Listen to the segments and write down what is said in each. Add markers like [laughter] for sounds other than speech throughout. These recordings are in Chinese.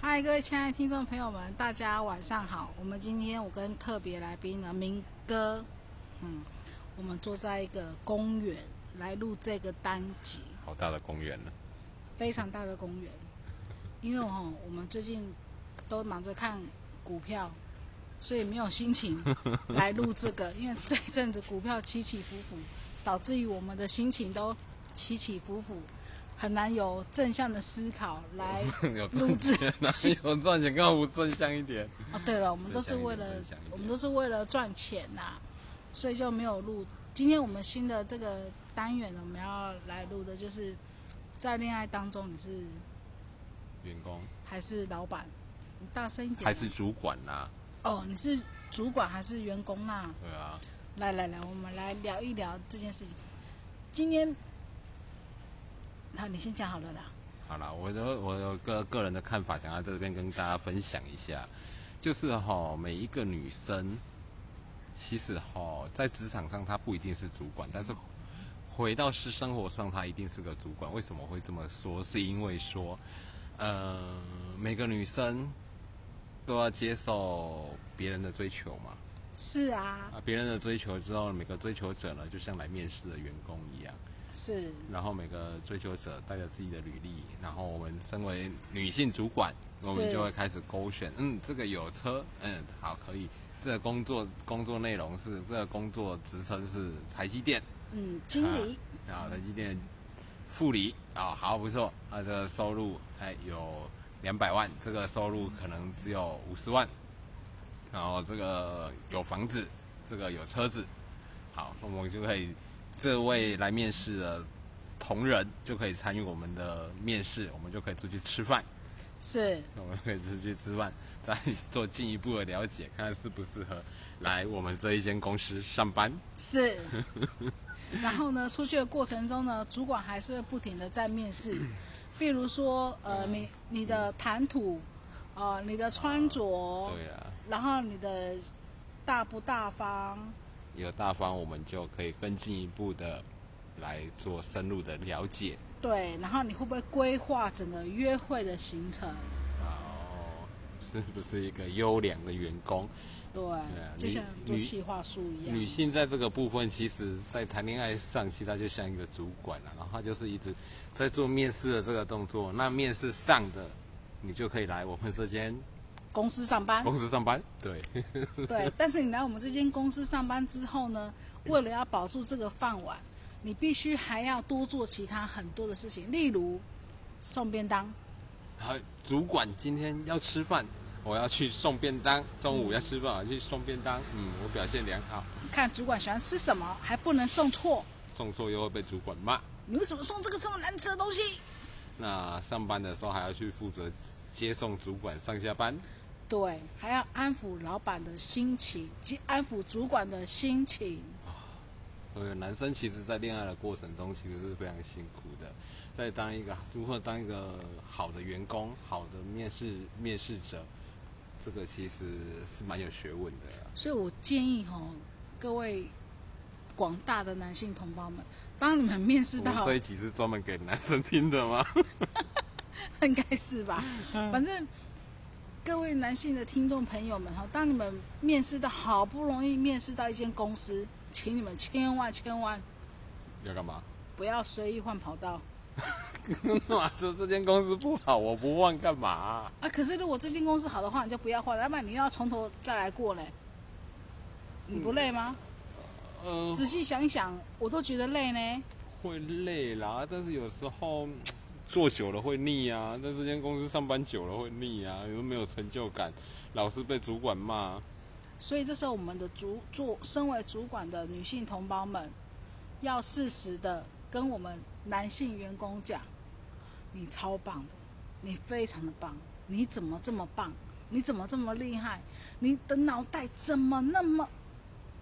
嗨，各位亲爱的听众朋友们，大家晚上好。我们今天我跟特别来宾呢，明哥，嗯，我们坐在一个公园来录这个单集，好大的公园呢，啊非常大的公园。因为哦，我们最近都忙着看股票，所以没有心情来录这个。因为这一阵子股票起起伏伏，导致于我们的心情都起起伏伏，很难有正向的思考来 [laughs] 有录赚制钱 [laughs] 哪有赚钱？刚好不正向一点。哦，对了，我们都是正向为一点了正向一点我们都是为了赚钱呐、所以就没有录。今天我们新的这个单元呢，我们要来录的就是在恋爱当中，你是员工还是老板？你大声一点啊。还是主管呐、哦，你是主管还是员工呐、对啊，来来来，我们来聊一聊这件事情。今天，好，你先讲好了啦。好啦，我有我有个个人的看法，想要在这边跟大家分享一下，就是哈、每一个女生，其实哈、在职场上她不一定是主管，但是回到私生活上，她一定是个主管。为什么会这么说？是因为说，呃，每个女生都要接受别人的追求嘛。是啊，啊，别人的追求之后，每个追求者呢，就像来面试的员工一样，是然后每个追求者带着自己的履历，然后我们身为女性主管，我们是就会开始勾选，嗯，这个有车，嗯，好，可以，这个工作工作内容是这个工作职称是台积电，嗯，经理、啊，台积电副理啊，好不错，他、啊、这个收入哎有两百万，这个收入可能只有五十万，然后这个有房子，这个有车子，好，那我们就可以这位来面试的同仁就可以参与我们的面试，我们就可以出去吃饭，是我们可以出去吃饭，再 [laughs] 做进一步的了解，看看适不适合来我们这一间公司上班。是。 [laughs] 然后呢，出去的过程中呢，主管还是会不停的在面试，比如说呃，嗯你你的谈吐，呃，你的穿着，对啊。然后你的大不大方，有大方，我们就可以更进一步的来做深入的了解。对，然后你会不会规划整个约会的行程？哦，是不是一个优良的员工？对，啊就女像做女企划书一样，女性在这个部分，其实在谈恋爱上，其实她就像一个主管啊了、然后她就是一直在做面试的这个动作。那面试上的，你就可以来我们这间公司上班，公司上班。对，对，但是你来我们这间公司上班之后呢，为了要保住这个饭碗，你必须还要多做其他很多的事情，例如送便当， [laughs] 好，主管今天要吃饭，我要去送便当。中午要吃饭，我要去送便当。嗯，我表现良好，看主管喜欢吃什么，还不能送错。送错又会被主管骂。你为什么送这个这么难吃的东西？那上班的时候还要去负责接送主管上下班，对，还要安抚老板的心情，及安抚主管的心情。所以呃男生其实在恋爱的过程中其实是非常辛苦的。在当一个如何当一个好的员工、好的面试面试者，这个其实是蛮有学问的啊啦。所以我建议吼，各位广大的男性同胞们，当你们面试我到们这一集是专门给男生听的 [laughs] 吗？ [laughs] 应该是吧。反正各位男性的听众朋友们哈，当你们面试到好不容易面试到一间公司，请你们千万千万要干 [laughs] 嘛？不要随意换跑道哇，这这间公司不好，我不换干嘛、啊！可是如果这间公司好的话，你就不要换，要不然你又要从头再来过嘞。你不累吗？呃，仔细想一想，我都觉得累呢。会累啦，但是有时候嗯做久了会腻啊，在这间公司上班久了会腻啊，又没有成就感，老是被主管骂。所以这时候，我们的主做身为主管的女性同胞们，要适时的跟我们男性员工讲：“你超棒的，你非常的棒，你怎么这么棒？你怎么这么厉害？你的脑袋怎么那么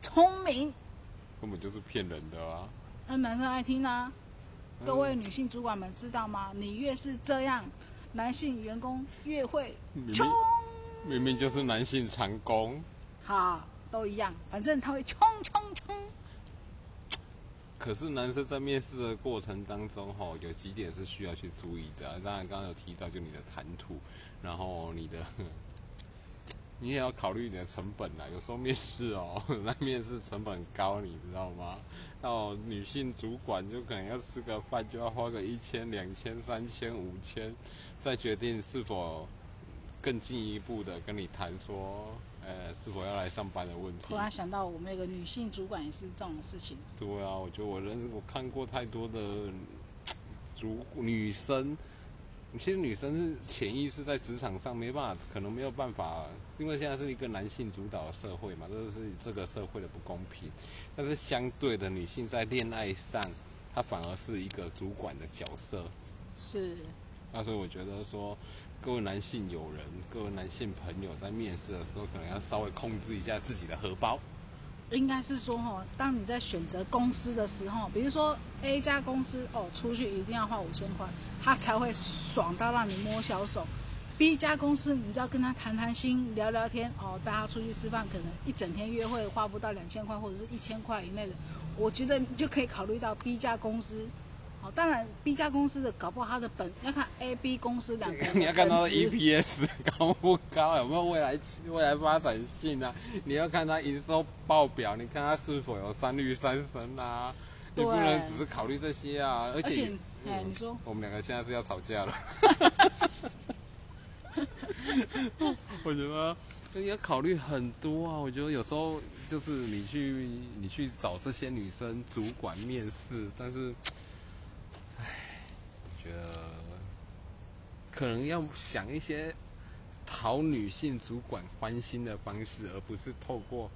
聪明根本就是骗人的啊！？”那男生爱听啊。各位女性主管们知道吗？你越是这样，男性员工越会明冲明。明明就是男性长工，好，都一样，反正他会冲冲冲。可是男生在面试的过程当中，吼，有几点是需要去注意的啊、当然，刚刚有提到，就你的谈吐，然后你的， [laughs] 你也要考虑你的成本啦。有时候面试哦， [laughs] 那面试成本高，你知道吗？到女性主管就可能要吃个饭就要花个一千、两千、三千、五千，再决定是否更进一步的跟你谈说，呃，是否要来上班的问题。突然想到，我们有个女性主管也是这种事情，对啊，我觉得我认识我看过太多的主女生，其实女生是潜意识在职场上没办法，可能没有办法，因为现在是一个男性主导的社会嘛，这就是这个社会的不公平。但是相对的，女性在恋爱上，她反而是一个主管的角色。是那所以我觉得说，各位男性友人、各位男性朋友在面试的时候，可能要稍微控制一下自己的荷包。。应该是说哈，当你在选择公司的时候，比如说 A 家公司哦，出去一定要花五千块，他才会爽到让你摸小手。B 家公司，你只要跟他谈谈心、聊聊天哦，大家出去吃饭，可能一整天约会花不到两千块或者是一千块以内的，我觉得你就可以考虑到 B 家公司。哦，当然 B 家公司的搞不好他的本要看 A、B 公司两个 [laughs] 你要看它的一 EPS 高不高，有没有未来未来发展性啊？你要看它营收报表，你看它是否有三率三升啊？你不对能只是考虑这些啊，而而且且，哎、你说我们两个现在是要吵架了。我觉得你要考虑很多啊。我觉得有时候就是你去你去找这些女生主管面试，但是，唉，觉得可能要想一些讨女性主管欢心的方式，而不是透过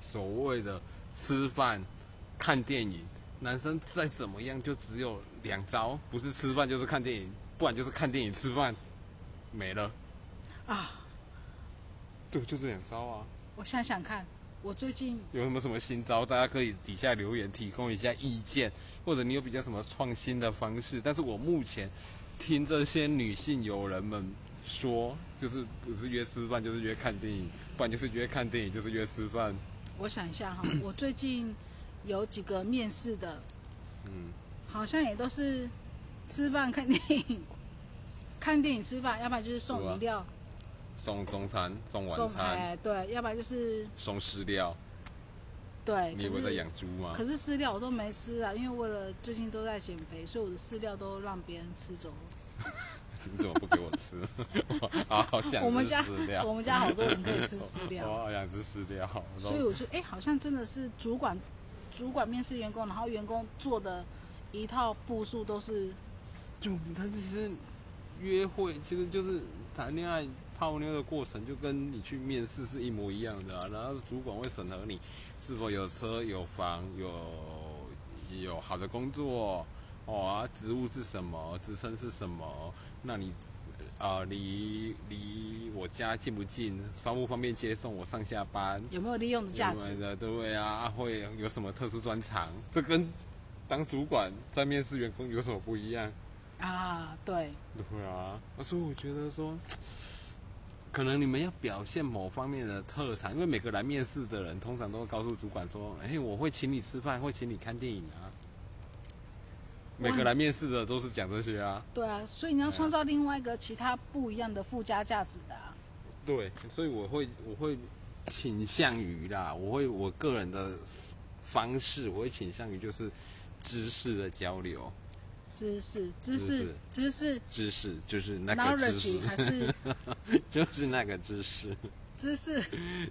所谓的吃饭、看电影。男生再怎么样，就只有两招，不是吃饭就是看电影，不然就是看电影吃饭，没了。啊，对，就这两招啊。我想想看，我最近有什么什么新招，大家可以底下留言提供一下意见，或者你有比较什么创新的方式。但是我目前听这些女性友人们说，就是不是约吃饭就是约看电影，不然就是约看电影就是约吃饭。我想一下 [clears throat] 哈，我最近有几个面试的，嗯，好像也都是吃饭看电影， [laughs] 看电影吃饭，要不然就是送饮料，送中餐、送晚送餐、哎对，要不然就是送饲料，对。你以为可在是养猪吗？可是饲料我都没吃啊，因为为了最近都在减肥，所以我的饲料都让别人吃走了。你怎么不给我吃？ [laughs] 我好好想我吃们家 [laughs] 饲料，哦我们家好多人可以吃饲我料，好想吃饲料。我都所以我就哎、好像真的是主管主管面试员工，然后员工做的一套步数都是就他其实约会，其实就是谈恋爱泡妞的过程，就跟你去面试是一模一样的啊。然后主管会审核你是否有车、有房、有有好的工作，哦啊，职务是什么，职称是什么，那你。啊、离离我家近不近？方不方便接送我上下班？有没有利用的价值对？的，对啊，啊会有什么特殊专长？这跟当主管在面试员工有什么不一样？啊，对，对啊，所以我觉得说，可能你们要表现某方面的特长，因为每个来面试的人通常都会告诉主管说：“哎，我会请你吃饭，会请你看电影啊。”每个来面试的都是讲这些啊。对啊，所以你要对啊创造另外一个其他不一样的附加价值的、啊。对，所以我会我会倾向于啦，我会我个人的方式，我会倾向于就是知识的交流，知识，知识，知识知识就是那个知识，knowledge，还是 [laughs] 就是那个知识。知识？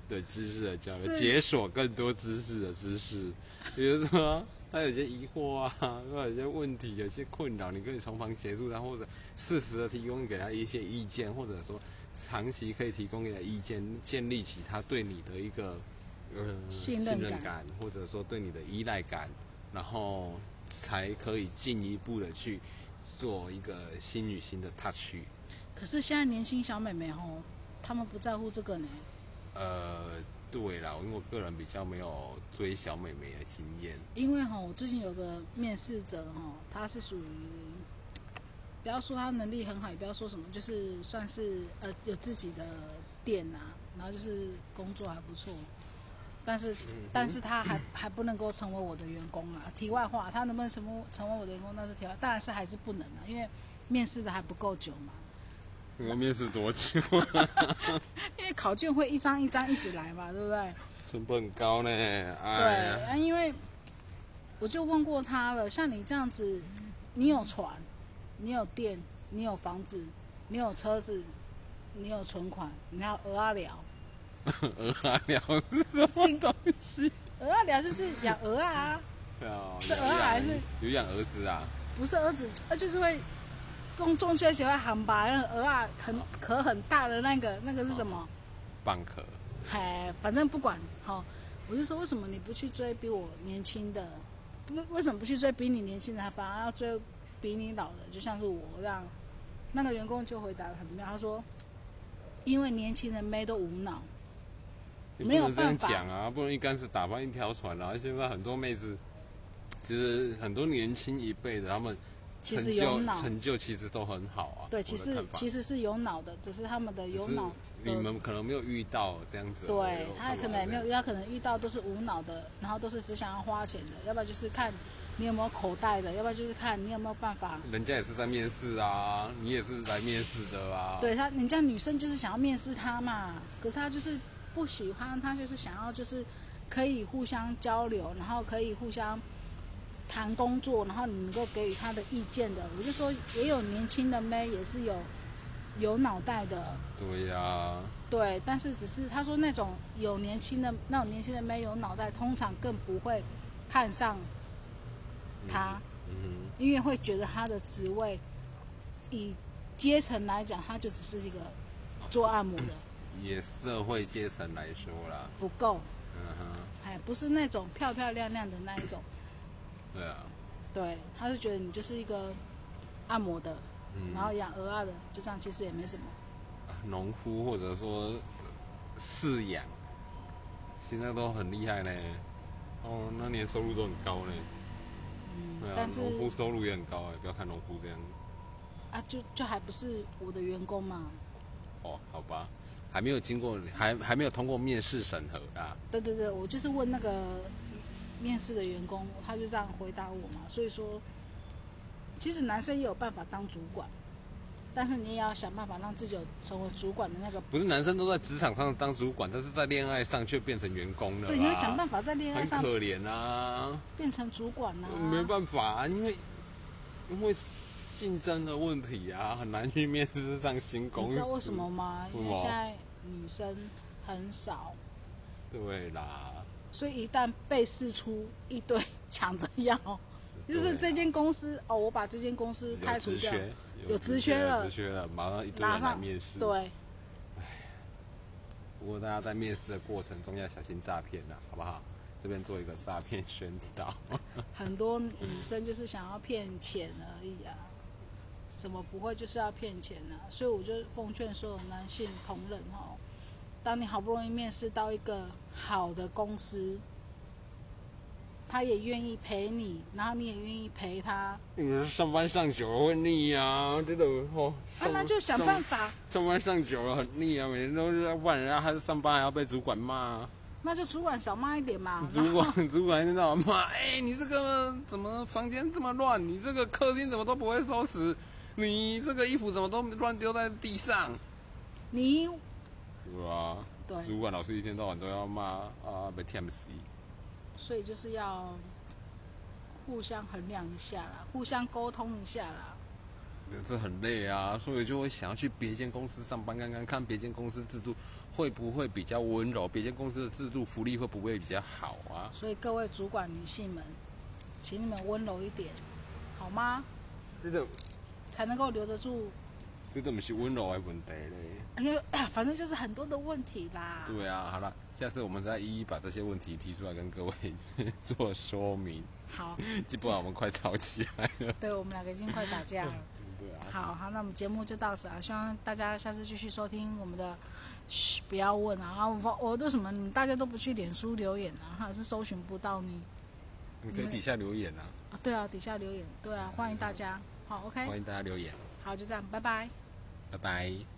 对知识的交流，是解锁更多知识的知识，比如说他有些疑惑啊，或者有些问题、有些困扰，你可以从旁协助他，或者适时的提供给他一些意见，或者说长期可以提供给他意见，建立起他对你的一个呃信任任感或者说对你的依赖感，然后才可以进一步的去做一个心与心的 touch。可是现在年轻小美眉吼，她们不在乎这个呢。呃，对啦，因为我个人比较没有追小美眉的经验。因为哈，我最近有个面试者哈，他是属于，不要说他能力很好，也不要说什么，就是算是呃有自己的店啊，然后就是工作还不错。但是但是他还还不能够成为我的员工啊。题外话，他能不能成为成为我的员工，那是题外，当然是还是不能啊，因为面试的还不够久嘛，你们面试多久？因为考卷会一张一张一直来嘛，对不对？ [laughs] 成本很高呢，哎对呀，啊，因为我就问过他了，像你这样子，你有船，你有店，你有房子，你有车子，你有存款，你还有鹅啊 [laughs] 聊，鹅啊聊是什么东西？鹅啊聊就是养鹅啊，对啊，是有鹅啊养还是有养儿子啊？不是儿子，呃，就是会公中秋喜欢喊吧，那个鹅啊很壳很大的那个，那个是什么？蚌壳，哎，反正不管，好、我就说为什么你不去追比我年轻的，不为什么不去追比你年轻的，反而要追比你老的，就像是我这样。那个员工就回答的很妙，他说，因为年轻人没都无脑，你没有不能这办样法讲啊，不能一竿子打翻一条船啊！现在很多妹子，其实很多年轻一辈的，他们其成实有就脑，成就其实都很好啊。对，其我的实看法其实是有脑的，只是他们的只有是脑的你们可能没有遇到这样子。我对有他看可法能也没有这遇样。到，可能遇到都是无脑的，然后都是只想要花钱的，要不然就是看你有没有口袋的，要不然就是看你有没有办法人家也是在面试啊，你也是来面试的啊。对他，人家女生就是想要面试他嘛，可是他就是不喜欢，他就是想要就是可以互相交流，然后可以互相谈工作，然后你能够给予他的意见的。我就说也有年轻的妹，也是有有脑袋的，对啊呀、对，但是只是他说那种有年轻的那种年轻的妹有脑袋，通常更不会看上他。嗯因为会觉得他的职位以阶层来讲，他就只是一个做按摩的，哼，也社会阶层来说啦，不够，嗯哼，哎，不是那种漂漂亮亮的那一种。对啊，对，他是觉得你就是一个按摩的，嗯，然后养鹅啊的，就这样，其实也没什么。农夫或者说饲养，现在都很厉害呢。哦，那年收入都很高呢。嗯对，啊但，是农夫收入也很高哎，不要看农夫这样。啊，就就还不是我的员工嘛。哦，好吧，还没有经过，还还没有通过面试审核啊。对对对，我就是问那个面试的员工，他就这样回答我嘛。所以说，其实男生也有办法当主管，但是你也要想办法让自己有成为主管的那个。不是男生都在职场上当主管，但是在恋爱上却变成员工了。啊对，你要想办法在恋爱很上可怜啊，变成主管呐、没办法、啊，因为因为竞争的问题啊，很难去面试上新公你司。知道为什么吗？因为什为么现在女生很少，对啦，所以一旦被试出一堆 [laughs] 抢着要，啊就是这间公司哦，我把这间公司有开除职掉，缺，有职缺了有职缺了，马上一堆马人来上面试。，对。不过大家在面试的过程中要小心诈骗啦，好不好？这边做一个诈骗宣导。 [laughs] 很多女生就是想要骗钱而已啊，什么不会就是要骗钱啊，所以我就奉劝所有男性同仁哦，当你好不容易面试到一个好的公司，他也愿意陪你，然后你也愿意陪他，你说上班上久了会腻啊，真的哦。啊，上那就想上办法，上班上久了很腻啊，每天都是要不然人家还是上班还要被主管骂、啊，那就主管少骂一点嘛，主管 [laughs] 主管知道骂，哎、你这个怎么房间这么乱？你这个客厅怎么都不会收拾？你这个衣服怎么都乱丢在地上？你对啊，对，主管老是一天到晚都要骂啊，被 t 死。所以就是要互相衡量一下啦，互相沟通一下啦。这很累啊，所以就会想要去别间公司上班看看，看别间公司制度会不会比较温柔，别间公司的制度福利会不会比较好啊？所以各位主管女性们，请你们温柔一点，好吗？这个才能够留得住。 [coughs] 这个不是温柔的问题嘞。哎呀，哎反正就是很多的问题啦。对啊，好了，下次我们再一一把这些问题提出来跟各位 [laughs] 做说明，好，这不然我们快吵起来了。对我们两个已经快打架了。对啊，好好，那我们节目就到此啊，希望大家下次继续收听我们的。嘘，不要问啊！啊我我为什么你大家都不去脸书留言啊？还是搜寻不到你？你可以底下留言啊，啊对啊，底下留言，对啊，欢迎大家。好欢，OK，迎大家留言，好，就这样，拜拜。拜拜。